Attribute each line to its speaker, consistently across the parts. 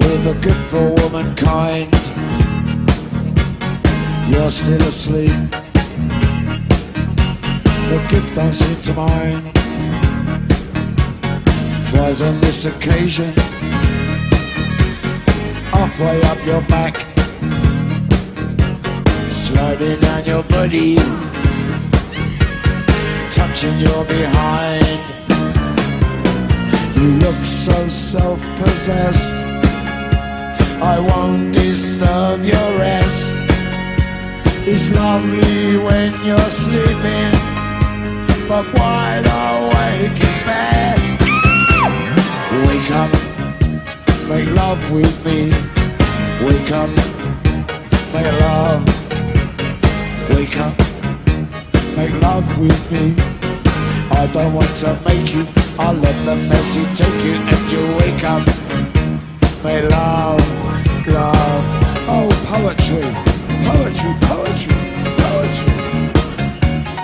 Speaker 1: with a gift for womankind. You're still asleep. The gift I seem to mind was on this occasion halfway up your back, sliding down your body, touching your behind. You look so self possessed. I won't disturb your rest. It's lovely when you're sleeping, but wide awake is best. Wake up, make love with me. Wake up, make love. Wake up, make love with me. I don't want to make you. I'll let the fancy take you and you wake up. May love, love. Oh, poetry, poetry, poetry, poetry.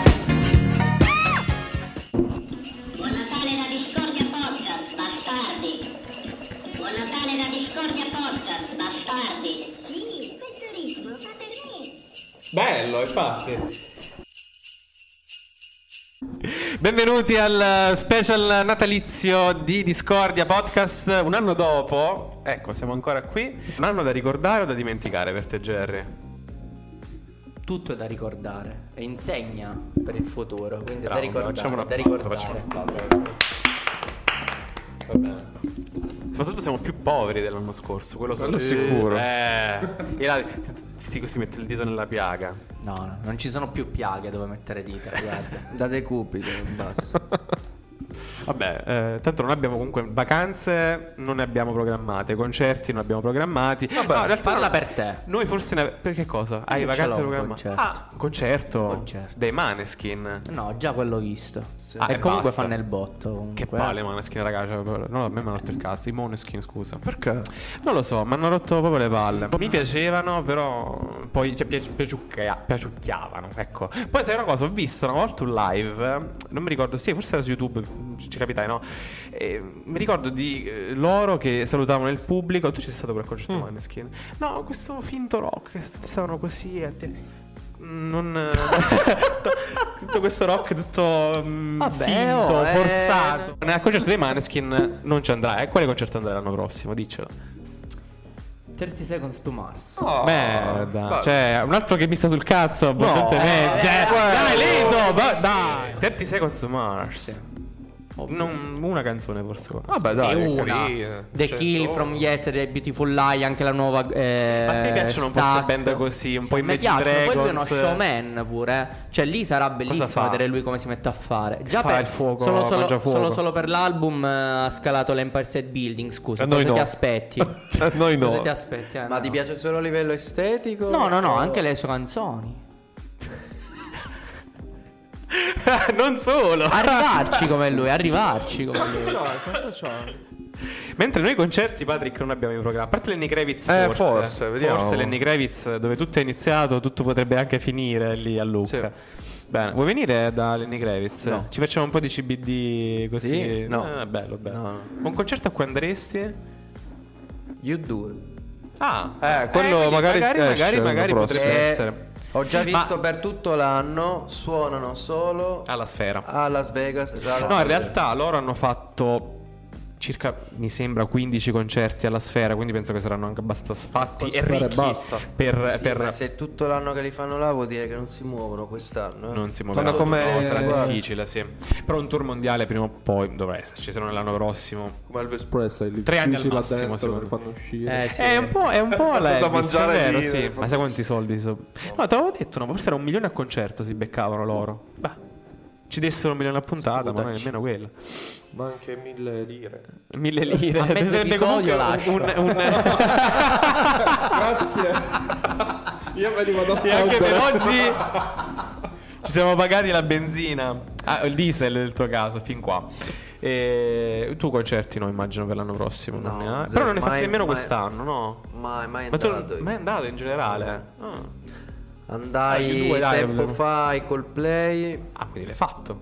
Speaker 2: Buon Natale da Discordia Podcast, bastardi! Buon Natale da Discordia Podcast, bastardi! Sì, questo ritmo fa per me!
Speaker 3: Bello, infatti. Benvenuti al eh, special natalizio di Discordia Podcast. Un anno dopo, ecco, siamo ancora qui. Un anno da ricordare o da dimenticare per te, Jerry?
Speaker 4: Tutto è da ricordare e insegna per il futuro, quindi è
Speaker 3: Bravo,
Speaker 4: da ricordare.
Speaker 3: facciamo un
Speaker 4: da
Speaker 3: applauso,
Speaker 4: ricordare.
Speaker 3: facciamo un Va bene. Soprattutto siamo più poveri dell'anno scorso, quello sono sicuro. Eh, e là, ti, ti- ti- si mette il dito nella piaga.
Speaker 4: No, no, non ci sono più piaghe dove mettere dita, guarda.
Speaker 5: Da decupito, basta.
Speaker 3: Vabbè, eh, tanto non abbiamo comunque vacanze, non ne abbiamo programmate, concerti non abbiamo programmati. Vabbè,
Speaker 4: parola per te.
Speaker 3: Noi forse ne ave- Perché cosa? Hai
Speaker 4: Io ce
Speaker 3: vacanze
Speaker 4: l'ho cioè, un
Speaker 3: programmate?
Speaker 4: concerto.
Speaker 3: Ah, concerto.
Speaker 4: Concerto.
Speaker 3: Dei Maneskin.
Speaker 4: No, già quello visto.
Speaker 3: Ah,
Speaker 4: e
Speaker 3: e
Speaker 4: comunque
Speaker 3: basta.
Speaker 4: fa nel botto. Comunque.
Speaker 3: Che palle Maneskin, raga. Cioè, proprio- no, a me mi hanno rotto il cazzo. I Maneskin, scusa. Perché? Non lo so, mi hanno rotto proprio le palle. Mi piacevano, però poi cioè, piaci- piaciucchia- piaciucchiavano. Ecco. Poi sai una cosa, ho visto una volta un live. eh, Non mi ricordo, sì, forse era su YouTube. Ci ci capitai, no? E, mi ricordo di eh, loro che salutavano il pubblico. Tu ci sei stato per il concerto di Maneskin? No, questo finto rock. che st- Stavano così. a dire- Non. tutto questo rock tutto mm,
Speaker 4: Vabbè,
Speaker 3: finto,
Speaker 4: oh, eh,
Speaker 3: forzato. Nel concerto dei Maneskin non ci andrai. E quale concerto andrai l'anno prossimo? Diccelo.
Speaker 4: 30 Seconds to Mars.
Speaker 3: Merda. Cioè, un altro che mi sta sul cazzo. abbondantemente. Cioè, dai, Lito. va- dai. 30 Seconds to Mars. Non- una canzone forse. Vabbè, cioè,
Speaker 4: Sì, una. The Kill from Yesterday, Beautiful Lie, anche la nuova. eh,
Speaker 3: Ma a te piacciono un po'
Speaker 4: Stack.
Speaker 3: ste band così, un po'
Speaker 4: a me
Speaker 3: Imagine
Speaker 4: piacciono, Poi lui è uno
Speaker 3: Dragons.
Speaker 4: showman pure. eh. Cioè, lì sarà
Speaker 3: fa?
Speaker 4: bellissimo vedere lui come si mette a fare. Già
Speaker 3: fa il fuoco,
Speaker 4: solo, solo-
Speaker 3: mangia fuoco.
Speaker 4: solo- solo per l'album eh, ha scalato l'Empire State Building. Scusa,
Speaker 3: Eh,
Speaker 6: A noi
Speaker 4: cosa ti
Speaker 6: no.
Speaker 4: aspetti?
Speaker 6: A noi
Speaker 4: Cosa
Speaker 6: no.
Speaker 4: ti aspetti? Eh,
Speaker 5: Ma
Speaker 4: no.
Speaker 5: ti piace solo a livello estetico?
Speaker 4: No, no, no,
Speaker 5: O-
Speaker 4: anche le sue canzoni.
Speaker 3: non solo.
Speaker 4: Arrivarci come lui, arrivarci come lui.
Speaker 3: Mentre noi concerti, Patrick, non abbiamo in programma. A parte Lenny Kravitz,
Speaker 6: Eh,
Speaker 3: forse.
Speaker 6: forse, vediamo.
Speaker 3: Forse Lenny Kravitz, dove tutto è iniziato, tutto potrebbe anche finire lì a Lucca. Bene, vuoi venire da Lenny Kravitz?
Speaker 5: No.
Speaker 3: Ci facciamo un po' di CBD così?
Speaker 5: Sì? No.
Speaker 3: Eh, bello, bello.
Speaker 5: No, no.
Speaker 3: Un concerto a cui andresti?
Speaker 5: You do.
Speaker 3: Ah,
Speaker 5: Eh, quello
Speaker 3: quindi
Speaker 5: magari,
Speaker 3: magari,
Speaker 5: esce
Speaker 3: magari,
Speaker 5: l'anno
Speaker 3: magari
Speaker 5: prossimo.
Speaker 3: potrebbe
Speaker 5: Eh,
Speaker 3: essere.
Speaker 5: Ho già
Speaker 3: Ma-
Speaker 5: visto per tutto l'anno, suonano solo
Speaker 3: Alla sfera.
Speaker 5: a Las Vegas. già alla
Speaker 3: No, in
Speaker 5: sera.
Speaker 3: realtà loro hanno fatto circa, mi sembra, 15 concerti alla sfera, quindi penso che saranno anche abbastanza fatti e
Speaker 5: Posso fare
Speaker 3: ricchi
Speaker 5: basta.
Speaker 3: per...
Speaker 5: Sì,
Speaker 3: per-
Speaker 5: ma se è tutto l'anno che li fanno là vuol dire che non si muovono quest'anno. eh.
Speaker 3: Non si muoverà
Speaker 5: Fanno come
Speaker 3: No, sarà
Speaker 5: guarda,
Speaker 3: difficile, sì. Però un tour mondiale prima o poi dovrà esserci, se non è l'anno prossimo.
Speaker 5: come Elvis
Speaker 6: Presley, li
Speaker 3: Tre anni
Speaker 6: chiusi
Speaker 3: al
Speaker 6: là
Speaker 3: massimo,
Speaker 6: dentro,
Speaker 3: secondo
Speaker 6: li
Speaker 3: me.
Speaker 6: fanno uscire.
Speaker 4: Eh, sì.
Speaker 3: È un po', è un po' la
Speaker 5: Da
Speaker 3: Elvis,
Speaker 5: mangiare
Speaker 3: è vero,
Speaker 5: lì,
Speaker 3: sì.
Speaker 5: eh,
Speaker 3: Ma sai quanti soldi so- No, te l'avevo detto, no, forse era un milione a concerto si beccavano loro. Bah, ci dessero un milione a puntata, ma non è
Speaker 6: Scudacci.
Speaker 3: nemmeno quello.
Speaker 6: Ma anche mille lire.
Speaker 3: Mille lire.
Speaker 4: A mezzo
Speaker 3: Bisognerebbe
Speaker 4: episodio
Speaker 3: comunque
Speaker 4: lascia.
Speaker 3: un- un-
Speaker 6: Grazie. Io me li vado a
Speaker 3: E Eh. anche per
Speaker 6: spendere.
Speaker 3: oggi ci siamo pagati la benzina. Ah, il diesel nel tuo caso, fin qua. E tu concerti no, immagino per l'anno prossimo. non
Speaker 5: No,
Speaker 3: ne hai?
Speaker 5: zero.
Speaker 3: Però non ne fate
Speaker 5: Mai-
Speaker 3: nemmeno
Speaker 5: mai-
Speaker 3: quest'anno, no?
Speaker 5: Mai, mai
Speaker 3: Ma tu
Speaker 5: andato. io. Eh.
Speaker 3: mai andato in generale? Ah, Ah,
Speaker 5: Andai
Speaker 3: sì, due, dai,
Speaker 5: tempo
Speaker 3: volevo-
Speaker 5: fa ai Coldplay.
Speaker 3: Ah, quindi l'hai fatto.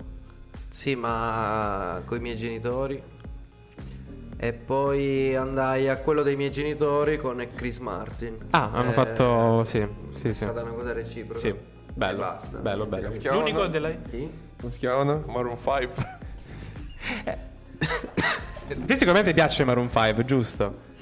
Speaker 5: Sì, ma con i miei genitori. E poi andai a quello dei miei genitori con Chris Martin.
Speaker 3: Ah, hanno
Speaker 5: Eh,
Speaker 3: fatto. Sì, sì, sì.
Speaker 5: È stata una cosa reciproca.
Speaker 3: Sì, bello.
Speaker 5: E basta.
Speaker 3: Bello, bello.
Speaker 6: Che schiavo,
Speaker 3: L'unico
Speaker 6: no?
Speaker 3: della.
Speaker 5: Sì.
Speaker 6: Come si chiamano? Maroon 5.
Speaker 3: Ti Eh, sicuramente piace Maroon 5, giusto?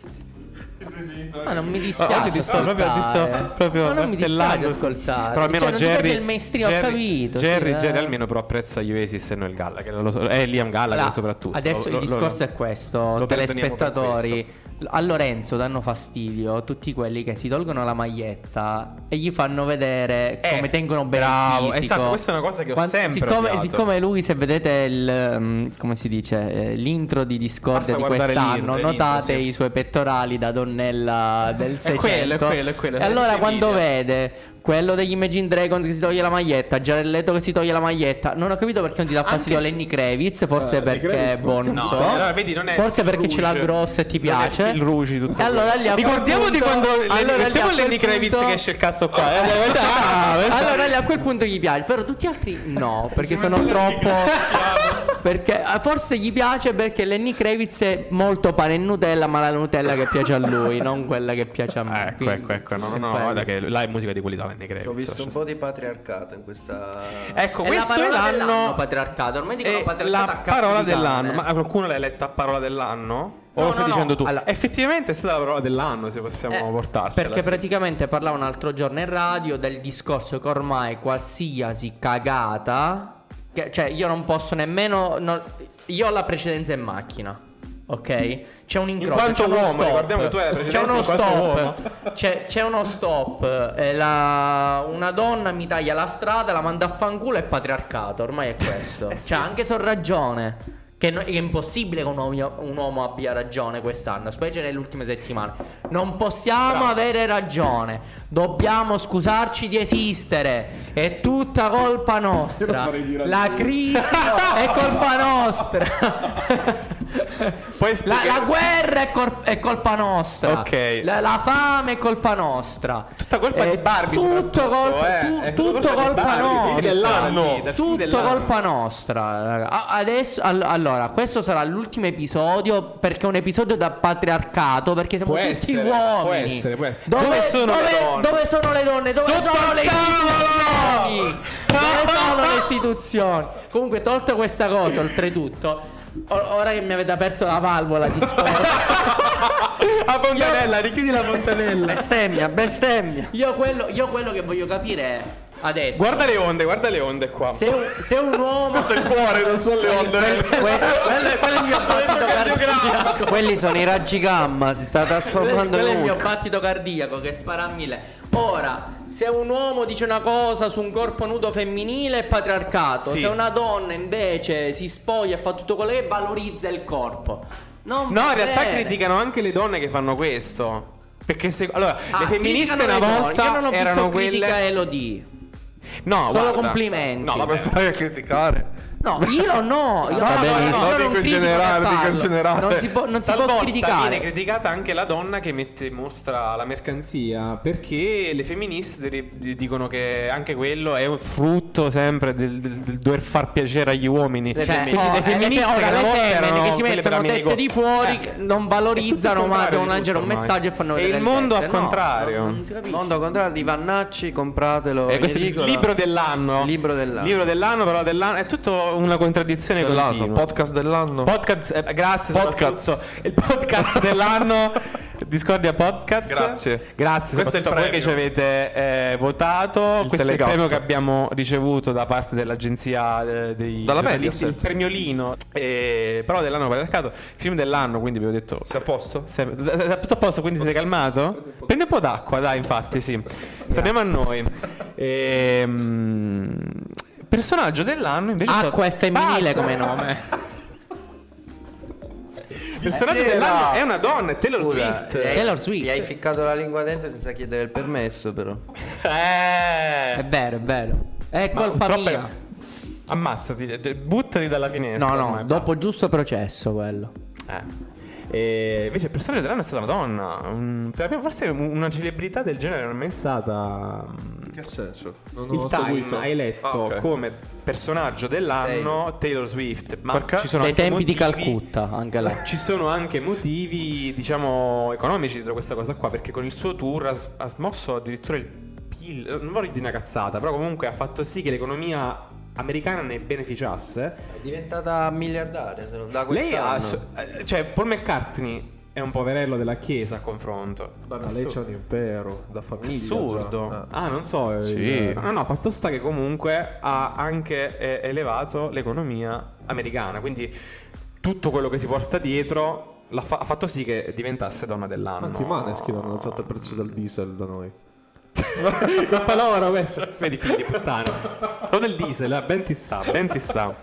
Speaker 3: Oh,
Speaker 4: Ma non mi dispiace.
Speaker 3: Oggi ti sto proprio, ti sto
Speaker 4: ascoltare.
Speaker 3: proprio
Speaker 4: Ma non mi dispiace
Speaker 3: martellando.
Speaker 4: ascoltare.
Speaker 3: Però almeno
Speaker 4: Cioè, non ti
Speaker 3: Jerry
Speaker 4: piace il mainstream,
Speaker 3: Jerry-
Speaker 4: ho capito. sì,
Speaker 3: Jerry,
Speaker 4: eh.
Speaker 3: Jerry almeno però apprezza Oasis e non il Gallagher lo so- eh, Liam Gallagher
Speaker 4: Allora,
Speaker 3: soprattutto
Speaker 4: Adesso
Speaker 3: Lo-
Speaker 4: il
Speaker 3: lo-
Speaker 4: discorso
Speaker 3: lo-
Speaker 4: è questo:
Speaker 3: lo perdoniamo per
Speaker 4: telespettatori. A Lorenzo danno fastidio tutti quelli che si tolgono la maglietta e gli fanno vedere
Speaker 3: Eh,
Speaker 4: come tengono bene
Speaker 3: bravo,
Speaker 4: il fisico.
Speaker 3: esatto, questa è una cosa che ho sempre
Speaker 4: siccome,
Speaker 3: odiato.
Speaker 4: siccome lui, se vedete il mm, come si dice eh, l'intro di
Speaker 3: Basta
Speaker 4: Discord di
Speaker 3: guardare
Speaker 4: quest'anno,
Speaker 3: l'intro,
Speaker 4: notate
Speaker 3: l'intro, sì.
Speaker 4: i suoi pettorali da donnella del
Speaker 3: È
Speaker 4: 600.
Speaker 3: quello, è quello, è quello.
Speaker 4: E allora
Speaker 3: Senti
Speaker 4: quando
Speaker 3: video.
Speaker 4: vede quello degli Imagine Dragons che si toglie la maglietta, Giarelletto che si toglie la maglietta, non ho capito perché non ti dà
Speaker 5: Ah,
Speaker 3: Anche
Speaker 4: fastidio
Speaker 3: se-
Speaker 4: Lenny Kravitz, forse
Speaker 6: Eh, Lenny
Speaker 4: perché
Speaker 6: Kravitz,
Speaker 4: è buon
Speaker 3: No,
Speaker 4: so.
Speaker 3: allora vedi, non è
Speaker 4: Forse perché
Speaker 3: Rouge.
Speaker 4: ce l'ha grosso e ti
Speaker 3: Non è
Speaker 4: piace.
Speaker 3: il Rouge di tutto
Speaker 4: E allora
Speaker 3: quello.
Speaker 4: lì a quel
Speaker 3: Ricordiamo di
Speaker 4: punto-
Speaker 3: quando
Speaker 4: allora lì a
Speaker 3: mettiamo
Speaker 4: quel
Speaker 3: Lenny Kravitz
Speaker 4: punto-
Speaker 3: che esce il cazzo qua. eh, ah, perché-
Speaker 4: Allora lì a quel punto gli piace, però tutti gli altri no, perché sono troppo. perché eh, forse gli piace perché Lenny Kravitz è molto pane e Nutella, ma la Nutella che piace a lui, non quella che piace a me.
Speaker 3: Ah, ecco,
Speaker 4: Eh, quindi-
Speaker 3: ecco, ecco. No, no, no,
Speaker 4: è quello.
Speaker 3: guarda che là è musica di qualità Lenny Kravitz.
Speaker 5: Ho visto un
Speaker 3: cioè,
Speaker 5: po' di patriarcato in questa.
Speaker 3: Ecco,
Speaker 4: È
Speaker 3: questo è
Speaker 4: la parola dell'anno,
Speaker 3: l'anno
Speaker 4: patriarcato. Ormai dicono
Speaker 3: È
Speaker 4: patriarcato a
Speaker 3: la
Speaker 4: cazzo
Speaker 3: parola
Speaker 4: di cane.
Speaker 3: dell'anno. Ma qualcuno l'ha letta a parola dell'anno? O
Speaker 4: No,
Speaker 3: lo stai
Speaker 4: no, no.
Speaker 3: dicendo tu?
Speaker 4: Allora-
Speaker 3: Effettivamente è stata la parola dell'anno, se possiamo
Speaker 4: Eh,
Speaker 3: portarcela.
Speaker 4: Perché
Speaker 3: sì.
Speaker 4: praticamente parlavo un altro giorno in radio del discorso che ormai qualsiasi cagata. che- cioè, io non posso nemmeno. non- io ho la precedenza in macchina. Ok? C'è un incrocio.
Speaker 3: quanto
Speaker 4: c'è uno
Speaker 3: uomo,
Speaker 4: stop.
Speaker 3: ricordiamo che tu hai la precedenza
Speaker 4: C'è uno
Speaker 3: in quanto
Speaker 4: stop. C'è, c'è uno stop. eh, la- una donna mi taglia la strada, la manda a fanculo e patriarcato. Ormai è questo.
Speaker 3: Eh
Speaker 4: Cioè, anche se ho ragione. Che no- che è impossibile che un uomo, un uomo abbia ragione quest'anno, specie nelle ultime settimane. Non possiamo avere ragione. Dobbiamo scusarci di esistere. È tutta colpa nostra.
Speaker 6: farei dire a
Speaker 4: La
Speaker 6: lui.
Speaker 4: crisi è colpa nostra.
Speaker 3: Poi
Speaker 4: La,
Speaker 3: spiega-
Speaker 4: la guerra è, cor- è colpa nostra.
Speaker 3: Ok.
Speaker 4: La, la fame è colpa nostra.
Speaker 3: Tutta colpa di Barbie
Speaker 4: Eh, Tutto
Speaker 3: soprattutto,
Speaker 4: colpa,
Speaker 3: eh.
Speaker 4: tu-
Speaker 3: È
Speaker 4: tutto
Speaker 3: colpa di
Speaker 4: colpa
Speaker 3: Barbie,
Speaker 4: nostra.
Speaker 3: fine dell'anno. Dal fine
Speaker 4: Tutto
Speaker 3: dell'anno.
Speaker 4: colpa nostra. raga. A- Adesso, all- allora, questo sarà l'ultimo episodio perché è un episodio da patriarcato. Perché siamo
Speaker 3: Può
Speaker 4: tutti
Speaker 3: essere,
Speaker 4: uomini.
Speaker 3: può essere, può essere.
Speaker 4: Dove,
Speaker 3: Dove sono le
Speaker 4: dove-
Speaker 3: donne?
Speaker 4: dove sono le donne? Dove
Speaker 3: Sotto
Speaker 4: sono le
Speaker 3: al tavolo!
Speaker 4: istituzioni? Dove sono le istituzioni? Comunque, tolto questa cosa, oltretutto, o- ora che mi avete aperto la valvola di sfogo.
Speaker 3: La fontanella, richiudi la fontanella.
Speaker 5: Bestemmia, bestemmia.
Speaker 4: Io quello, io quello che voglio capire è adesso.
Speaker 3: guarda le onde, guarda le onde qua.
Speaker 4: se un, se un uomo.
Speaker 3: Questo è il cuore, non sono le onde.
Speaker 4: Que- quello, è- quello è il mio battito cardiaco.
Speaker 5: Quelli sono i raggi gamma, si sta
Speaker 4: Quello,
Speaker 5: trasformando
Speaker 4: quello è
Speaker 5: in
Speaker 4: il mio
Speaker 5: un.
Speaker 4: battito cardiaco che spara a mille. Ora, se un uomo dice una cosa su un corpo nudo femminile è patriarcato,
Speaker 3: Sì.
Speaker 4: se una donna invece si spoglia e fa tutto quello che valorizza il corpo. Non
Speaker 3: No,
Speaker 4: va
Speaker 3: in realtà
Speaker 4: bene.
Speaker 3: criticano anche le donne che fanno questo. Perché se. Allora,
Speaker 4: Ah,
Speaker 3: le femministe
Speaker 4: criticano
Speaker 3: una
Speaker 4: le donne. Io
Speaker 3: volta
Speaker 4: non ho
Speaker 3: erano
Speaker 4: visto critica
Speaker 3: quelle.
Speaker 4: Elodie.
Speaker 3: No,
Speaker 4: Solo
Speaker 3: guarda.
Speaker 4: complimenti.
Speaker 3: No, ma per fare criticare.
Speaker 4: No, io no, io
Speaker 3: No, no, no, no,
Speaker 4: sono
Speaker 3: dico
Speaker 4: un
Speaker 3: in
Speaker 4: critico
Speaker 3: generale,
Speaker 4: che
Speaker 3: dico in
Speaker 4: parlo.
Speaker 3: generale.
Speaker 4: Non si può, non si può
Speaker 3: Talvolta viene
Speaker 4: criticare.
Speaker 3: criticata anche la donna che mette in mostra la mercanzia perché le femministe ri- di- dicono che anche quello è un frutto sempre del, del- del dover far piacere agli uomini.
Speaker 4: Cioè,
Speaker 3: quindi
Speaker 4: oh,
Speaker 3: le
Speaker 4: eh,
Speaker 3: femministe
Speaker 4: ora
Speaker 3: che
Speaker 4: le
Speaker 3: una volta
Speaker 4: femmine
Speaker 3: erano
Speaker 4: che si
Speaker 3: quelle per
Speaker 4: mettono
Speaker 3: amici
Speaker 4: tette di fuori che non valorizzano ma devono lanciare un messaggio e fanno vedere le tette. No, no, non si
Speaker 5: Il mondo al contrario di Vannacci, compratelo.
Speaker 3: Eh, questo è il
Speaker 5: ridicolo.
Speaker 3: libro dell'anno.
Speaker 5: Libro dell'anno. Cioè,
Speaker 3: Libro dell'anno, parola dell'anno, è tutto una contraddizione
Speaker 5: Dell'anno,
Speaker 3: continua. Podcast dell'anno. Podcast, eh, grazie
Speaker 5: Podcast.
Speaker 3: soprattutto. Il podcast dell'anno Discordia Podcast. Grazie. Grazie,
Speaker 6: Questo è il
Speaker 3: soprattutto a voi
Speaker 6: premio.
Speaker 3: che ci avete eh, votato. Questo è il
Speaker 6: telegatto.
Speaker 3: premio che abbiamo ricevuto da parte dell'agenzia eh, dei
Speaker 6: Dalla
Speaker 3: giornalisti, il
Speaker 6: Mediaset.
Speaker 3: premiolino. Eh, parola dell'anno patriarcato, film dell'anno, quindi vi ho detto Sei a posto? Sei, sei tutto a posto, quindi sei calmato? Prendi un po' d'acqua, dai, infatti, sì. Torniamo a noi. Ehm, personaggio dell'anno invece è stato-
Speaker 4: Acqua è femminile
Speaker 3: Basta.
Speaker 4: come nome.
Speaker 3: Personaggio
Speaker 5: Eh,
Speaker 3: dell'anno
Speaker 5: no.
Speaker 3: è una donna, è Taylor
Speaker 5: Scusa,
Speaker 3: Swift.
Speaker 5: gli
Speaker 7: Eh,
Speaker 5: hai-
Speaker 4: Eh.
Speaker 5: Gli hai ficcato la lingua dentro senza chiedere il permesso, però.
Speaker 3: È
Speaker 4: vero, è vero. È
Speaker 3: Ma
Speaker 4: colpa
Speaker 3: purtroppo
Speaker 4: mia.
Speaker 3: è- Ammazzati, cioè, cioè, buttati dalla finestra.
Speaker 4: No, no,
Speaker 3: ormai.
Speaker 4: dopo giusto processo quello.
Speaker 3: Eh. E invece il personaggio dell'anno è stata una donna. Un- per la prima- forse un- una celebrità del genere non è mai stata. mm,
Speaker 6: Che senso? Non
Speaker 3: il
Speaker 6: ho
Speaker 3: Time
Speaker 6: seguito.
Speaker 3: hai letto
Speaker 6: Ah, ok.
Speaker 3: come personaggio dell'anno Taylor Swift. Ma
Speaker 4: Perché?
Speaker 3: ci sono
Speaker 4: Dai
Speaker 3: anche
Speaker 4: tempi di
Speaker 3: motivi-
Speaker 4: Calcutta, anche là.
Speaker 3: Ci sono anche motivi, diciamo, economici dietro questa cosa qua. Perché con il suo tour ha, s- ha smosso addirittura il PIL. eh, Non vorrei dire una cazzata, però comunque ha fatto sì che l'economia americana ne beneficiasse.
Speaker 5: È diventata miliardaria se non da
Speaker 3: Lei ha.
Speaker 5: quest'anno.
Speaker 3: eh, Cioè, Paul McCartney è un poverello della chiesa a confronto.
Speaker 6: Ma lei c'ha un impero da famiglia.
Speaker 3: Assurdo.
Speaker 6: già.
Speaker 3: Ah, non so. eh,
Speaker 6: Sì.
Speaker 3: No, no, fatto sta che comunque ha anche eh, elevato l'economia americana. Quindi tutto quello che si porta dietro l'ha fa- ha fatto sì che diventasse donna dell'anno.
Speaker 6: Anche i Maneskin hanno alzato il prezzo del diesel da noi.
Speaker 3: Colpa loro questo. Vedi, figli di puttana. Sono del diesel, eh, ben ti sta, ben ti sta.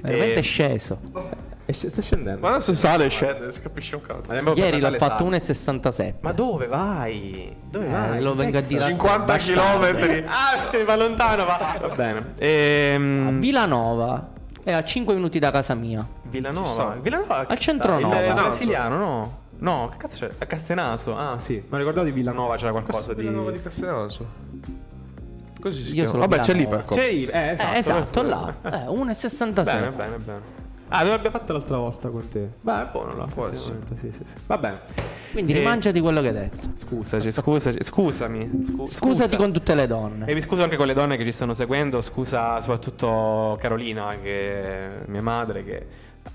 Speaker 4: Veramente
Speaker 3: Eh,
Speaker 4: è sceso.
Speaker 3: e sc- sta scendendo.
Speaker 6: Ma adesso sale e scende, Eh, si capisce un cazzo.
Speaker 4: Ieri l'ho fatto 1,67.
Speaker 3: Ma dove vai? Dove
Speaker 4: Eh,
Speaker 3: vai?
Speaker 4: lo vengo a
Speaker 3: Texas.
Speaker 4: dire a
Speaker 6: 50
Speaker 4: sé,
Speaker 6: chilometri.
Speaker 4: bastardo.
Speaker 3: Ah, se va lontano, va. Va bene. Mm.
Speaker 4: A Vilanova è a 5 minuti da casa mia.
Speaker 3: Villanova.
Speaker 4: Ci sta.
Speaker 3: Villanova
Speaker 4: Al centro-nova.
Speaker 3: no,
Speaker 4: Castenaso.
Speaker 3: eh, brasiliano, no. No, che cazzo c'è? A Castenaso. Ah, sì. Ma ricordate Villanova c'era qualcosa di
Speaker 6: Villanova di Castenaso. Così si
Speaker 4: Io
Speaker 6: chiama.
Speaker 4: sono
Speaker 6: Vabbè, c'è
Speaker 4: Villanova.
Speaker 6: l'Iperco.
Speaker 3: C'è i- eh, esatto.
Speaker 4: Eh, esatto, là. Eh, 1,67.
Speaker 3: Bene, bene, bene. Ah, dove abbiamo fatto l'altra volta con te? Beh, è buono là. effettivamente, Sì, sì, sì. Va bene.
Speaker 4: Quindi
Speaker 3: Eh,
Speaker 4: rimangiati quello che hai detto.
Speaker 3: Scusaci, scusaci, scusami. Scu-
Speaker 4: Scusati
Speaker 3: scusa. Eh,
Speaker 4: con tutte le donne.
Speaker 3: E mi scuso anche con le donne che ci stanno seguendo, scusa soprattutto Carolina, che è mia madre, che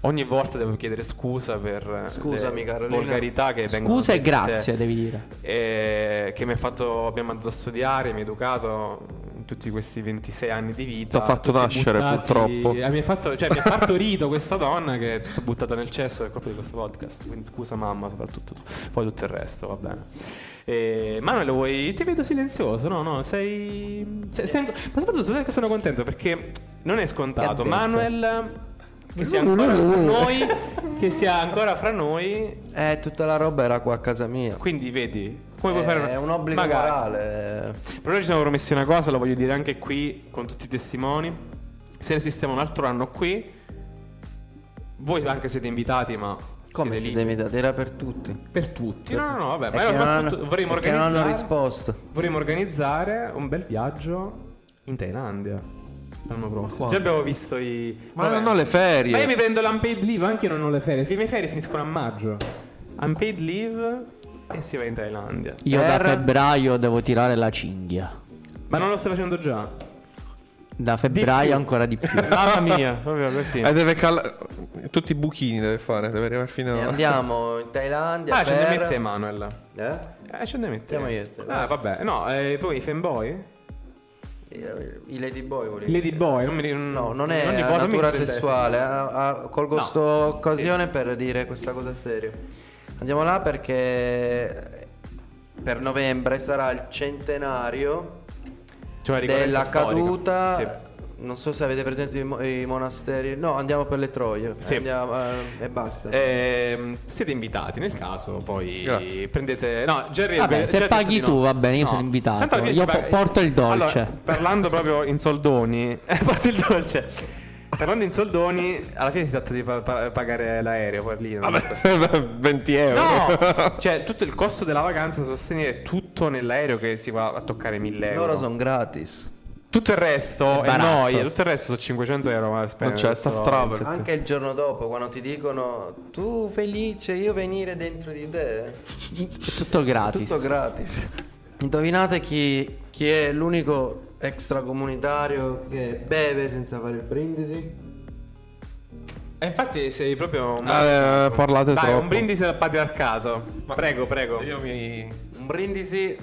Speaker 3: ogni volta devo chiedere scusa per eh,
Speaker 5: Scusami,
Speaker 3: le
Speaker 5: Carolina.
Speaker 3: volgarità che vengono
Speaker 4: Scusa e
Speaker 3: dette,
Speaker 4: grazie, devi dire.
Speaker 3: eh, che mi ha fatto, mi ha mandato a studiare, mi ha educato in tutti questi 26 anni di vita.
Speaker 6: T'ha fatto
Speaker 3: tutti
Speaker 6: nascere, purtroppo.
Speaker 3: eh, mi, ha fatto, cioè, mi ha partorito questa donna che è tutta buttata nel cesso per colpa di questo podcast. Quindi scusa mamma, soprattutto tu. poi tutto il resto, va bene. Eh, Manuel, vuoi... ti vedo silenzioso, no, no, sei... sei- sei- Ma soprattutto sai che sono contento perché non è
Speaker 6: detto?
Speaker 3: scontato. Manuel... Che sia ancora fra noi, che sia ancora fra noi.
Speaker 5: Eh, tutta la roba era qua a casa mia.
Speaker 3: Quindi vedi, come puoi
Speaker 5: Eh,
Speaker 3: fare
Speaker 5: è un obbligo
Speaker 3: Magari.
Speaker 5: morale.
Speaker 3: Però noi ci siamo promessi una cosa, la voglio dire anche qui con tutti i testimoni. Se ne sistiamo un altro anno qui, voi anche siete invitati, ma
Speaker 5: Come siete
Speaker 3: lì.
Speaker 5: invitati? Era per tutti.
Speaker 3: Per tutti? No, no, no, vabbè, ma
Speaker 5: Perché
Speaker 3: era
Speaker 5: non
Speaker 3: soprattutto-
Speaker 5: hanno-
Speaker 3: vorremmo
Speaker 5: perché non
Speaker 3: organizzare
Speaker 5: hanno risposto.
Speaker 3: Vorremmo organizzare un bel viaggio in Thailandia l'anno prossimo. Già abbiamo visto i
Speaker 6: Ma non ho le ferie.
Speaker 3: Ma io mi prendo l'unpaid leave, anche io non ho le ferie. Le mie ferie finiscono a maggio. Unpaid leave e si va in Thailandia.
Speaker 4: Io da
Speaker 3: Per-
Speaker 4: febbraio devo tirare la cinghia.
Speaker 3: Ma non lo stai facendo già?
Speaker 4: Da febbraio
Speaker 3: più.
Speaker 4: ancora di più.
Speaker 3: Mamma mia, proprio così.
Speaker 6: E deve calare tutti i buchini deve fare, deve arrivare fino
Speaker 5: E
Speaker 6: a
Speaker 5: andiamo in Thailandia.
Speaker 3: Ah, ce ne
Speaker 5: Ecco, per-
Speaker 3: mette Manuel.
Speaker 5: Eh?
Speaker 3: Eh, ce ne mette.
Speaker 5: Andiamo io e te.
Speaker 3: Ah, vabbè. No, eh, poi i fanboy?
Speaker 5: I Lady Boy volevi
Speaker 3: I Lady
Speaker 5: dire.
Speaker 3: Boy, non mi ri-
Speaker 5: No, non è
Speaker 3: non ricordo,
Speaker 5: a
Speaker 3: mi
Speaker 5: natura
Speaker 3: ricordo il
Speaker 5: sessuale.
Speaker 3: testo.
Speaker 5: ah, ah, colgo
Speaker 3: No,
Speaker 5: questa occasione per dire questa cosa seria. Andiamo là perché per novembre sarà il centenario
Speaker 3: Cioè, la ricorrenza
Speaker 5: della
Speaker 3: storica.
Speaker 5: caduta
Speaker 3: Sì.
Speaker 5: Non so se avete presente i, mo- i monasteri. No, andiamo per le troie.
Speaker 3: Sì.
Speaker 5: Andiamo, eh, e basta.
Speaker 3: Ehm, siete invitati nel caso, poi
Speaker 5: Grazie.
Speaker 3: prendete. No, Jerry
Speaker 4: Vabbè,
Speaker 3: beh,
Speaker 4: se
Speaker 3: Jerry ha detto
Speaker 4: paghi
Speaker 3: di
Speaker 4: tu,
Speaker 3: no.
Speaker 4: va bene, io
Speaker 3: No.
Speaker 4: sono invitato.
Speaker 3: Tanto alla fine
Speaker 4: Io
Speaker 3: si
Speaker 4: po-
Speaker 3: paga-
Speaker 4: porto il dolce.
Speaker 3: Allora, parlando proprio in soldoni, porto il dolce. Parlando in soldoni, alla fine si tratta di pa- pa- pagare l'aereo poi lì. non è questo.
Speaker 8: 20 euro.
Speaker 3: No, cioè tutto il costo della vacanza sostenere tutto nell'aereo che si va a toccare 1000 euro.
Speaker 5: Loro sono gratis.
Speaker 3: Tutto il resto è,
Speaker 5: barato.
Speaker 3: noia, tutto il resto sono 500 euro. Ma
Speaker 8: Non c'è staff travel.
Speaker 5: Anche il giorno dopo, quando ti dicono tu felice, io venire dentro di te.
Speaker 4: Tutto gratis.
Speaker 5: Tutto gratis. Indovinate chi, chi è l'unico extracomunitario che beve senza fare il brindisi?
Speaker 3: E Eh, infatti sei proprio un...
Speaker 8: Eh, parlate
Speaker 3: Dai,
Speaker 8: troppo.
Speaker 3: un brindisi al patriarcato. prego, prego. Io mi...
Speaker 5: Un brindisi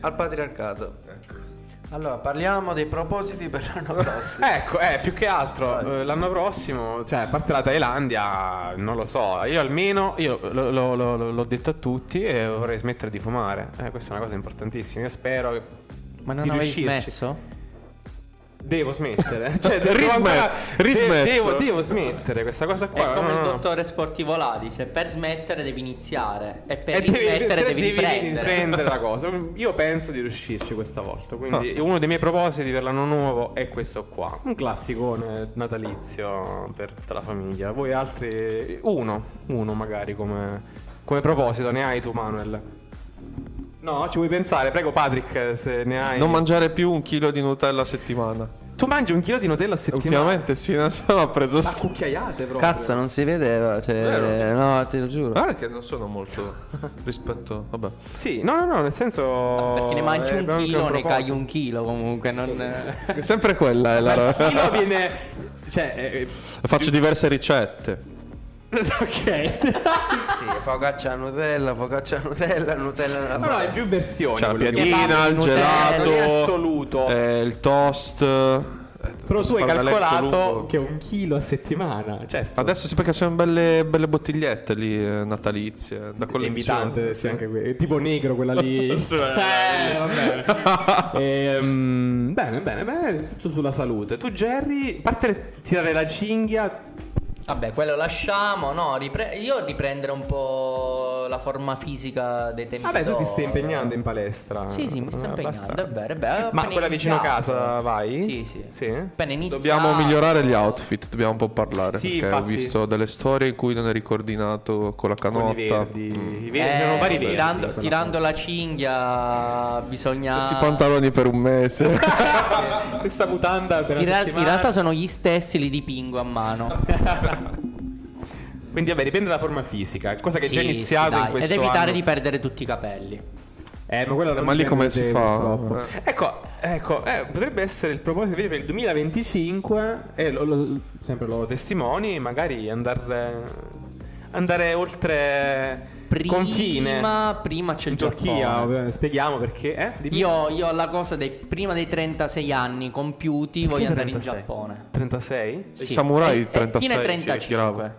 Speaker 5: al patriarcato. Allora, parliamo dei propositi per l'anno prossimo.
Speaker 3: Ecco, eh, più che altro eh, l'anno prossimo, cioè a parte la Thailandia, non lo so, io almeno io lo- lo- lo- lo- l'ho detto a tutti e vorrei smettere di fumare. Eh, questa è una cosa importantissima, io spero che...
Speaker 4: Ma non
Speaker 3: di
Speaker 4: avevi
Speaker 3: riuscirci.
Speaker 4: smesso?
Speaker 3: Devo smettere, cioè devo,
Speaker 4: Rismet-
Speaker 3: ancora- de-
Speaker 4: rismetto.
Speaker 3: devo, devo smettere questa cosa
Speaker 4: È
Speaker 3: qua.
Speaker 4: come
Speaker 3: no,
Speaker 4: il
Speaker 3: no, no.
Speaker 4: dottore sportivolati, cioè per smettere devi iniziare e per
Speaker 3: E devi-
Speaker 4: smettere
Speaker 3: devi,
Speaker 4: devi, riprendere.
Speaker 3: riprendere la cosa. Io penso di riuscirci questa volta.
Speaker 8: Ah.
Speaker 3: Quindi, uno dei miei propositi per l'anno nuovo è questo qua: un classicone natalizio per tutta la famiglia. Voi altri, uno, uno magari come, come proposito, ne hai tu, Manuel? No, ci vuoi pensare? Prego, Patrick, se ne hai.
Speaker 8: Non mangiare più un chilo di Nutella a settimana.
Speaker 3: Tu mangi un chilo di Nutella a settimana?
Speaker 8: Ultimamente sì, non so, ho preso
Speaker 3: Ma
Speaker 8: st-
Speaker 3: cucchiaiate proprio.
Speaker 5: Cazzo, non si vedeva. Ah, Cioè,
Speaker 8: Vero?
Speaker 5: no, te lo giuro.
Speaker 8: Guarda che non sono molto rispetto. Vabbè.
Speaker 3: Sì, no, no, no, nel senso.
Speaker 4: Perché ne mangi
Speaker 3: eh, abbiamo
Speaker 4: un
Speaker 3: anche
Speaker 4: chilo, ne
Speaker 3: proposito.
Speaker 4: cagli un chilo comunque. Non...
Speaker 8: Sempre quella è la
Speaker 3: Ma il
Speaker 8: roba.
Speaker 3: chilo viene. Cioè, eh,
Speaker 8: Faccio diverse ricette.
Speaker 3: ok.
Speaker 5: Sì, focaccia alla Nutella, focaccia alla Nutella, Nutella nella
Speaker 3: No, no, hai più versioni.
Speaker 8: C'è la
Speaker 3: quello che-
Speaker 8: piadina, il gelato,
Speaker 3: Non è assoluto.
Speaker 8: eh, il toast.
Speaker 3: Però tu hai calcolato che
Speaker 8: Che...
Speaker 3: un chilo a settimana, certo.
Speaker 8: Adesso sì, perché sono belle, belle bottigliette lì eh, natalizie da collezione.
Speaker 3: invitante, sì, anche que- tipo negro quella lì.
Speaker 8: Sì.
Speaker 3: eh, va bene. Ehm, bene, bene, bene. Tutto sulla salute. Tu, Jerry, a parte tirare la cinghia.
Speaker 4: Vabbè, quello lasciamo. No, ripre- io riprendere un po' la forma fisica dei tempi.
Speaker 3: Vabbè, tu ti
Speaker 4: d'oro.
Speaker 3: stai impegnando in palestra.
Speaker 4: Sì, sì, mi sto
Speaker 3: Eh,
Speaker 4: impegnando.
Speaker 3: abbastanza.
Speaker 4: È vero, è vero. Ho
Speaker 3: Ma
Speaker 4: appena
Speaker 3: quella vicino a
Speaker 4: iniziato.
Speaker 3: casa vai?
Speaker 4: Sì, sì. Appena iniziato.
Speaker 8: Dobbiamo migliorare gli outfit, dobbiamo un po' parlare.
Speaker 3: Sì,
Speaker 8: perché ho
Speaker 3: infatti.
Speaker 8: visto delle storie in cui non eri coordinato con la canotta.
Speaker 3: verdi.
Speaker 8: Mm.
Speaker 3: I
Speaker 4: Eh,
Speaker 3: verdi, erano vari verdi.
Speaker 4: tirando, tirando la cinghia bisogna
Speaker 8: Stessi pantaloni per un mese.
Speaker 3: Stessa mutanda per
Speaker 4: in,
Speaker 3: una
Speaker 4: real- in
Speaker 3: settimana.
Speaker 4: realtà sono gli stessi li dipingo a mano
Speaker 3: Quindi, vabbè, dipende dalla forma fisica, cosa che è
Speaker 4: Sì,
Speaker 3: già
Speaker 4: sì,
Speaker 3: iniziato
Speaker 4: dai.
Speaker 3: in questo
Speaker 4: ed evitare
Speaker 3: anno.
Speaker 4: di perdere tutti i capelli
Speaker 3: Eh, ma, quello non
Speaker 8: Ma lì come si
Speaker 3: dipende da te,
Speaker 8: fa?
Speaker 3: purtroppo.
Speaker 8: Eh.
Speaker 3: Ecco, ecco eh, potrebbe essere il proposito invece per il 2025, e lo, lo- sempre loro testimoni, magari andare, andare oltre confine.
Speaker 4: prima, prima c'è il
Speaker 3: In Turchia,
Speaker 4: Giappone.
Speaker 3: ovviamente, spieghiamo perché. Eh? dimmi.
Speaker 4: io, io ho la cosa dei, prima dei 36 anni compiuti voglio andare in
Speaker 3: 36?
Speaker 4: Giappone
Speaker 3: 36?
Speaker 4: Sì. samurai Eh, eh, 36 fine si 35.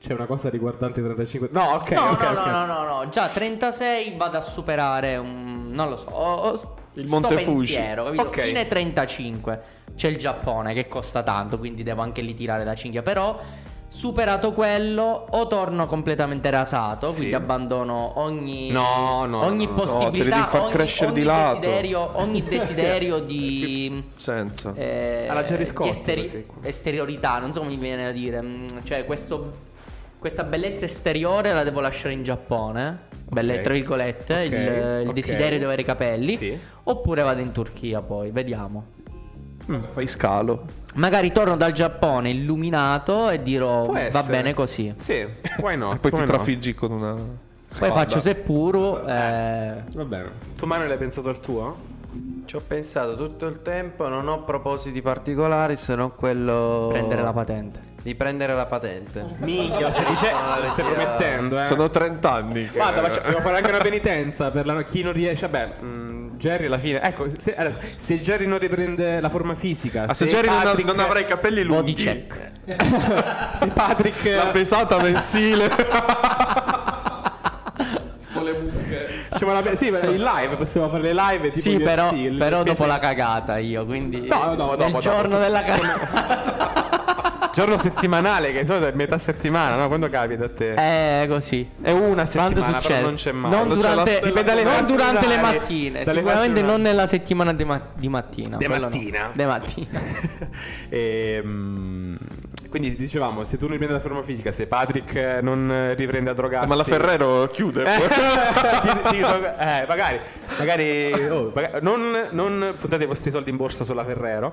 Speaker 3: C'è una cosa riguardante i 35. No, ok, ok,
Speaker 4: no, no,
Speaker 3: ok.
Speaker 4: no, no, no, no, già 36 vado a superare un... non lo so, ho, ho il
Speaker 8: Monte Fuji.
Speaker 4: pensiero, capito?
Speaker 8: Ok.
Speaker 4: Fine 35 c'è il Giappone che costa tanto, quindi devo anche lì tirare la cinghia, però superato quello o torno completamente rasato,
Speaker 3: Sì.
Speaker 4: quindi abbandono ogni
Speaker 3: No, no,
Speaker 4: ogni
Speaker 3: no, no.
Speaker 4: possibilità,
Speaker 8: No, te li devi far
Speaker 4: ogni,
Speaker 8: crescere
Speaker 4: ogni
Speaker 8: di lato.
Speaker 4: desiderio, ogni desiderio di
Speaker 8: Senso.
Speaker 4: eh,
Speaker 3: Alla Jerry
Speaker 4: di
Speaker 3: Scott,
Speaker 4: esteri-
Speaker 3: così.
Speaker 4: esteriorità, non so come mi viene da dire. Mm, Cioè, questo- questa bellezza esteriore la devo lasciare in Giappone. Belle,
Speaker 3: Ok.
Speaker 4: tra virgolette,
Speaker 3: Ok,
Speaker 4: il, il
Speaker 3: ok.
Speaker 4: desiderio di avere i capelli.
Speaker 3: Sì.
Speaker 4: Oppure vado in Turchia poi, vediamo.
Speaker 3: Mm,
Speaker 8: Fai scalo.
Speaker 4: Magari torno dal Giappone illuminato e dirò
Speaker 3: Può
Speaker 4: va
Speaker 3: essere.
Speaker 4: bene così.
Speaker 3: Sì, why no?
Speaker 8: E poi ti
Speaker 3: come no?
Speaker 8: trafiggi con una.
Speaker 4: Poi
Speaker 8: spada.
Speaker 4: faccio seppuro. Eh,
Speaker 3: Va bene. Tu, Manuel, hai pensato al tuo?
Speaker 5: Ci ho pensato tutto il tempo, non ho propositi particolari se non quello
Speaker 4: prendere la patente.
Speaker 5: di prendere la patente.
Speaker 3: Minchia, lo stai dicendo, lo stai promettendo, eh.
Speaker 8: Sono 30 anni. che-
Speaker 3: Guarda, faccio- devo fare anche una penitenza per la- chi non riesce. Vabbè, mm, Jerry alla fine. Ecco, se, allora, se Jerry non riprende la forma fisica,
Speaker 8: Ah, se Jerry non,
Speaker 3: Patrick-
Speaker 8: non avrà i capelli
Speaker 4: Body
Speaker 8: lunghi,
Speaker 4: check.
Speaker 3: se Patrick
Speaker 8: la pesata mensile.
Speaker 3: con le buche. facciamo la sì, in live possiamo fare le live tipo
Speaker 4: Sì,
Speaker 3: UFC,
Speaker 4: però,
Speaker 3: il
Speaker 4: però dopo
Speaker 3: peso-
Speaker 4: la cagata io, quindi...
Speaker 3: No, no, dopo,
Speaker 4: nel
Speaker 3: dopo.
Speaker 4: giorno della cagata...
Speaker 3: giorno settimanale che di solito è metà settimana, no? Quando capita a te?
Speaker 4: Eh, così.
Speaker 3: È una settimana,
Speaker 4: succede?
Speaker 3: però non c'è mai.
Speaker 4: Non
Speaker 3: c'è la
Speaker 4: durante,
Speaker 3: stella-
Speaker 4: dipende dalle non
Speaker 3: fasi
Speaker 4: durante le
Speaker 3: lunari,
Speaker 4: mattine.
Speaker 3: dalle fasi
Speaker 4: Sicuramente
Speaker 3: lunari.
Speaker 4: non nella settimana di, ma- di mattina.
Speaker 3: De
Speaker 4: quello no.
Speaker 3: mattina.
Speaker 4: De mattina.
Speaker 3: Ehm, quindi dicevamo, se tu non riprendi la forma fisica, se Patrick eh, non eh, riprende a drogarsi...
Speaker 8: Ma la Ferrero chiude.
Speaker 3: Ti- ti- eh, magari, magari, oh, maga- non, non puntate i vostri soldi in borsa sulla Ferrero.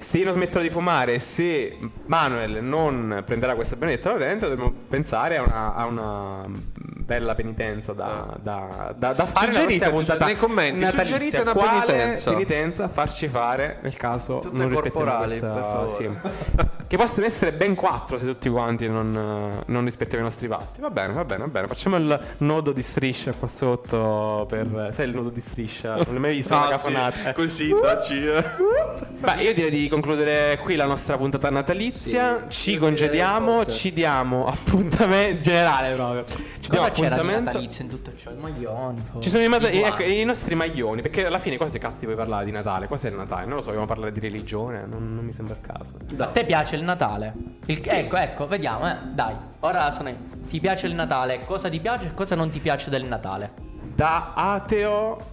Speaker 3: Se io non smetterò di fumare, se Manuel non prenderà questa benedetta patente, dobbiamo pensare a una, a una bella penitenza da, da, da, da fare. nella
Speaker 8: Eh. Suggerite,
Speaker 3: prossima puntata
Speaker 8: nei commenti,
Speaker 3: natalizia.
Speaker 8: suggerite una
Speaker 3: Quale
Speaker 8: penitenza.
Speaker 3: penitenza farci fare nel caso non rispettiamo
Speaker 5: corporali,
Speaker 3: questa...
Speaker 5: per favore.
Speaker 3: sì. che possono essere ben quattro se tutti quanti non, non rispettiamo i nostri patti. Va bene, va bene, va bene. Facciamo il nodo di striscia qua sotto per... Sai il nodo di striscia? Non l'hai mai visto una
Speaker 8: Ah, sì,
Speaker 3: cafonata?
Speaker 8: col sindaci, eh.
Speaker 3: Beh, io direi di concludere qui la nostra puntata natalizia. ci congediamo, ci diamo appuntamento generale proprio. Ci diamo
Speaker 4: Cosa c'era di
Speaker 3: appuntamento.
Speaker 4: natalizio in tutto ciò? I maglioni. poi.
Speaker 3: Ci sono i, mat-
Speaker 4: guanti.
Speaker 3: ecco, i nostri maglioni, perché alla fine quasi cazzo ti puoi parlare di Natale, quasi è il Natale, non lo so, dobbiamo parlare di religione, non, non mi sembra il caso.
Speaker 4: A te piace il Natale? Il- Ecco, ecco, vediamo, eh. Dai, ora sono io. Ti piace il Natale? Cosa ti piace e cosa non ti piace del Natale?
Speaker 3: Da ateo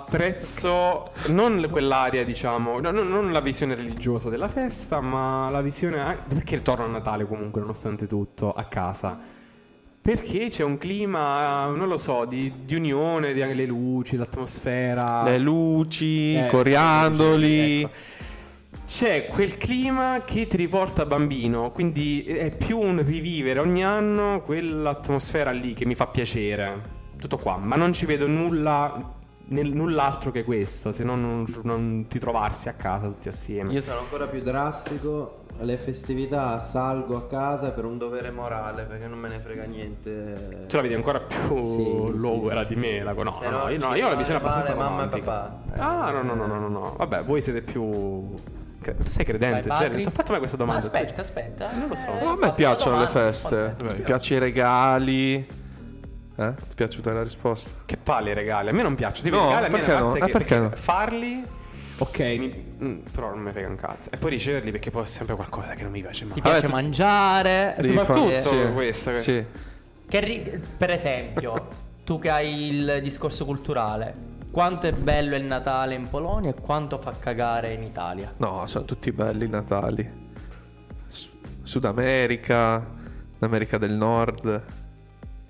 Speaker 3: apprezzo non quell'area, diciamo, no, no, non la visione religiosa della festa, ma la visione... anche- Perché torno a Natale comunque, nonostante tutto, a casa? Perché c'è un clima, non lo so, di, di unione, di- le luci, l'atmosfera.
Speaker 8: Le luci,
Speaker 3: Eh,
Speaker 8: i coriandoli.
Speaker 3: ecco. C'è quel clima che ti riporta bambino, quindi è più un rivivere ogni anno quell'atmosfera lì che mi fa piacere. Tutto qua, ma non ci vedo nulla, nel- null'altro che questo, se non, un- non ti trovarsi a casa tutti assieme.
Speaker 5: Io sono ancora più drastico. Alle festività salgo a casa per un dovere morale perché non me ne frega niente.
Speaker 3: Tu la vedi ancora più logora di me. la- No,
Speaker 5: Se
Speaker 3: no, no, io, no,
Speaker 5: ci
Speaker 3: io ho la
Speaker 5: rimane
Speaker 3: visione abbastanza
Speaker 5: male mamma e
Speaker 3: romantica.
Speaker 5: papà.
Speaker 3: Ah, no, no, no, no, no, no. Vabbè, voi siete più. cre- Tu sei
Speaker 4: Vai,
Speaker 3: credente,
Speaker 4: Patri.
Speaker 3: Jerry. Ti ho fatto mai questa domanda.
Speaker 4: Aspetta, aspetta. Eh, Non lo so.
Speaker 8: No, a me piacciono le
Speaker 3: Eh,
Speaker 8: feste, mi piacciono Eh, i regali. Eh? Ti è piaciuta la risposta?
Speaker 3: Che palle i regali, a me non piacciono. Tipo,
Speaker 8: No,
Speaker 3: i regali a me
Speaker 8: perché
Speaker 3: a
Speaker 8: no?
Speaker 3: parte
Speaker 8: Eh,
Speaker 3: che-
Speaker 8: perché no?
Speaker 3: Farli, ok, mi- mm, però non mi frega un cazzo. E poi riceverli perché poi è sempre qualcosa che non mi piace mai.
Speaker 4: Ti piace mangiare?
Speaker 3: E soprattutto
Speaker 8: sì,
Speaker 3: questo. che-
Speaker 8: sì.
Speaker 4: Che ri- per esempio, tu che hai il discorso culturale, quanto è bello il Natale in Polonia e quanto fa cagare in Italia?
Speaker 8: No, sono tutti belli i Natali. S- Sud America, l'America del Nord,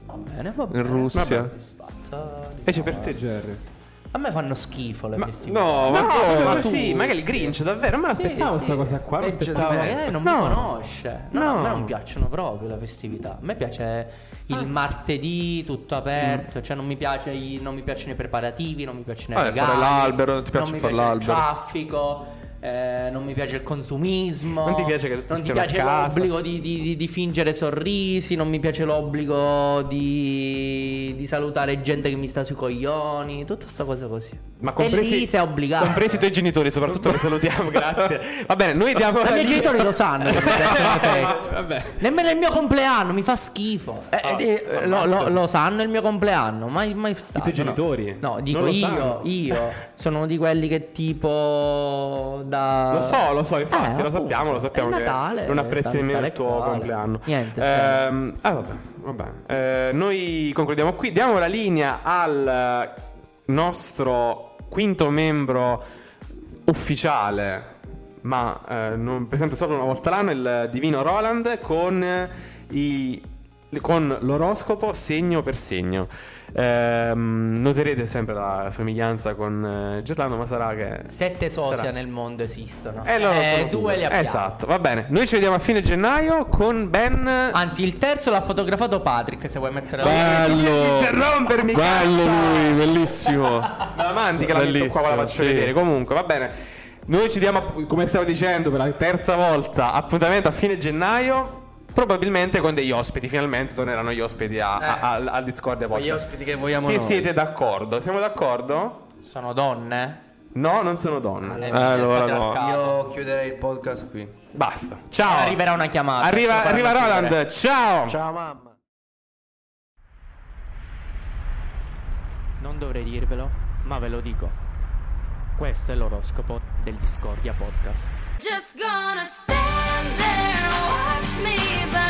Speaker 4: Va bene, va bene.
Speaker 8: in Russia.
Speaker 4: Vabbè, soddisfatta,
Speaker 3: Invece per
Speaker 4: diciamo.
Speaker 3: te, Jerry.
Speaker 4: A me fanno schifo le festività.
Speaker 8: no, ma
Speaker 3: No,
Speaker 8: come?
Speaker 3: vabbè,
Speaker 8: Ma
Speaker 3: ma
Speaker 8: tu-
Speaker 3: sì, magari il Grinch, davvero. Ma
Speaker 4: Sì,
Speaker 3: aspettavo
Speaker 4: sì.
Speaker 3: sta cosa qua.
Speaker 4: Peggio di
Speaker 3: aspettavo.
Speaker 4: me, eh, non
Speaker 3: No.
Speaker 4: mi conosce. No,
Speaker 3: No.
Speaker 4: a me non piacciono proprio le festività. A me piace il martedì tutto aperto. Cioè, non mi, piace i- non mi piacciono i preparativi, non mi piacciono i
Speaker 8: Eh,
Speaker 4: regali.
Speaker 8: fare l'albero, non ti piace
Speaker 4: mi
Speaker 8: fare
Speaker 4: piace
Speaker 8: l'albero.
Speaker 4: il traffico. eh, non mi piace il consumismo.
Speaker 3: Non ti piace che tutti
Speaker 4: Non ti
Speaker 3: stiano a
Speaker 4: piace
Speaker 3: casa.
Speaker 4: l'obbligo di, di- di- di fingere sorrisi. Non mi piace l'obbligo di, di salutare gente che mi sta sui coglioni. Tutta sta cosa così.
Speaker 3: Ma
Speaker 4: e lì
Speaker 3: compresi,
Speaker 4: sei obbligato.
Speaker 3: compresi i tuoi genitori, soprattutto che salutiamo, grazie. Va bene, noi diamo.
Speaker 4: I miei genitori lo sanno. che mi piacciono le feste.
Speaker 3: Vabbè.
Speaker 4: Nemmeno il mio compleanno, mi fa schifo. Eh,
Speaker 3: Ah,
Speaker 4: eh, eh, lo,
Speaker 3: ammazza.
Speaker 4: lo- lo sanno il mio compleanno, mai, mai stato.
Speaker 3: I tuoi genitori?
Speaker 4: No,
Speaker 3: Non
Speaker 4: dico
Speaker 3: lo
Speaker 4: io,
Speaker 3: sanno.
Speaker 4: io sono uno di quelli che tipo da...
Speaker 3: Lo so, lo so, infatti,
Speaker 4: Eh,
Speaker 3: lo sappiamo,
Speaker 4: appunto.
Speaker 3: lo sappiamo
Speaker 4: È
Speaker 3: che
Speaker 4: Natale,
Speaker 3: non apprezzi
Speaker 4: Natale
Speaker 3: nemmeno il tuo
Speaker 4: quale.
Speaker 3: compleanno.
Speaker 4: Niente,
Speaker 3: Ehm, ah, vabbè, vabbè. Eh, noi concludiamo qui, diamo la linea al nostro quinto membro ufficiale, ma eh, non presente solo una volta l'anno, il divino Roland con i con l'oroscopo segno per segno. Ehm, noterete sempre la somiglianza con eh, Gerlando, ma sarà che
Speaker 4: Sette sosia
Speaker 3: sarà-
Speaker 4: nel mondo esistono.
Speaker 3: eh, loro sono
Speaker 4: due li abbiamo.
Speaker 3: Esatto, va bene. Noi ci vediamo a fine gennaio con Ben.
Speaker 4: Anzi, il terzo l'ha fotografato Patrick, se vuoi mettere
Speaker 8: Bello!
Speaker 3: Interrompermi,
Speaker 8: Bello
Speaker 3: cazzo!
Speaker 8: lui, bellissimo.
Speaker 3: Me la mandi che la metto qua,
Speaker 8: Bellissimo,
Speaker 3: ve la faccio
Speaker 8: sì.
Speaker 3: vedere. Comunque, va bene. Noi ci diamo, app- come stavo dicendo, per la terza volta appuntamento a fine gennaio. Probabilmente con degli ospiti, finalmente torneranno gli ospiti a, a, al- al Discord. e podcast.
Speaker 5: Eh. gli ospiti che vogliamo
Speaker 3: Se
Speaker 5: noi.
Speaker 3: siete d'accordo, siamo d'accordo?
Speaker 4: Sono donne?
Speaker 3: No, non sono donne.
Speaker 5: Eh,
Speaker 8: allora no.
Speaker 5: Io chiuderei il podcast qui.
Speaker 3: Basta. Ciao.
Speaker 4: Arriverà una chiamata.
Speaker 3: Arriva,
Speaker 4: Ci faranno
Speaker 3: arriva
Speaker 4: chiudere.
Speaker 3: Roland. Ciao.
Speaker 5: Ciao mamma.
Speaker 9: Non dovrei dirvelo, ma ve lo dico. Questo è l'oroscopo del Discordia Podcast.
Speaker 10: Just gonna stand there and watch me burn.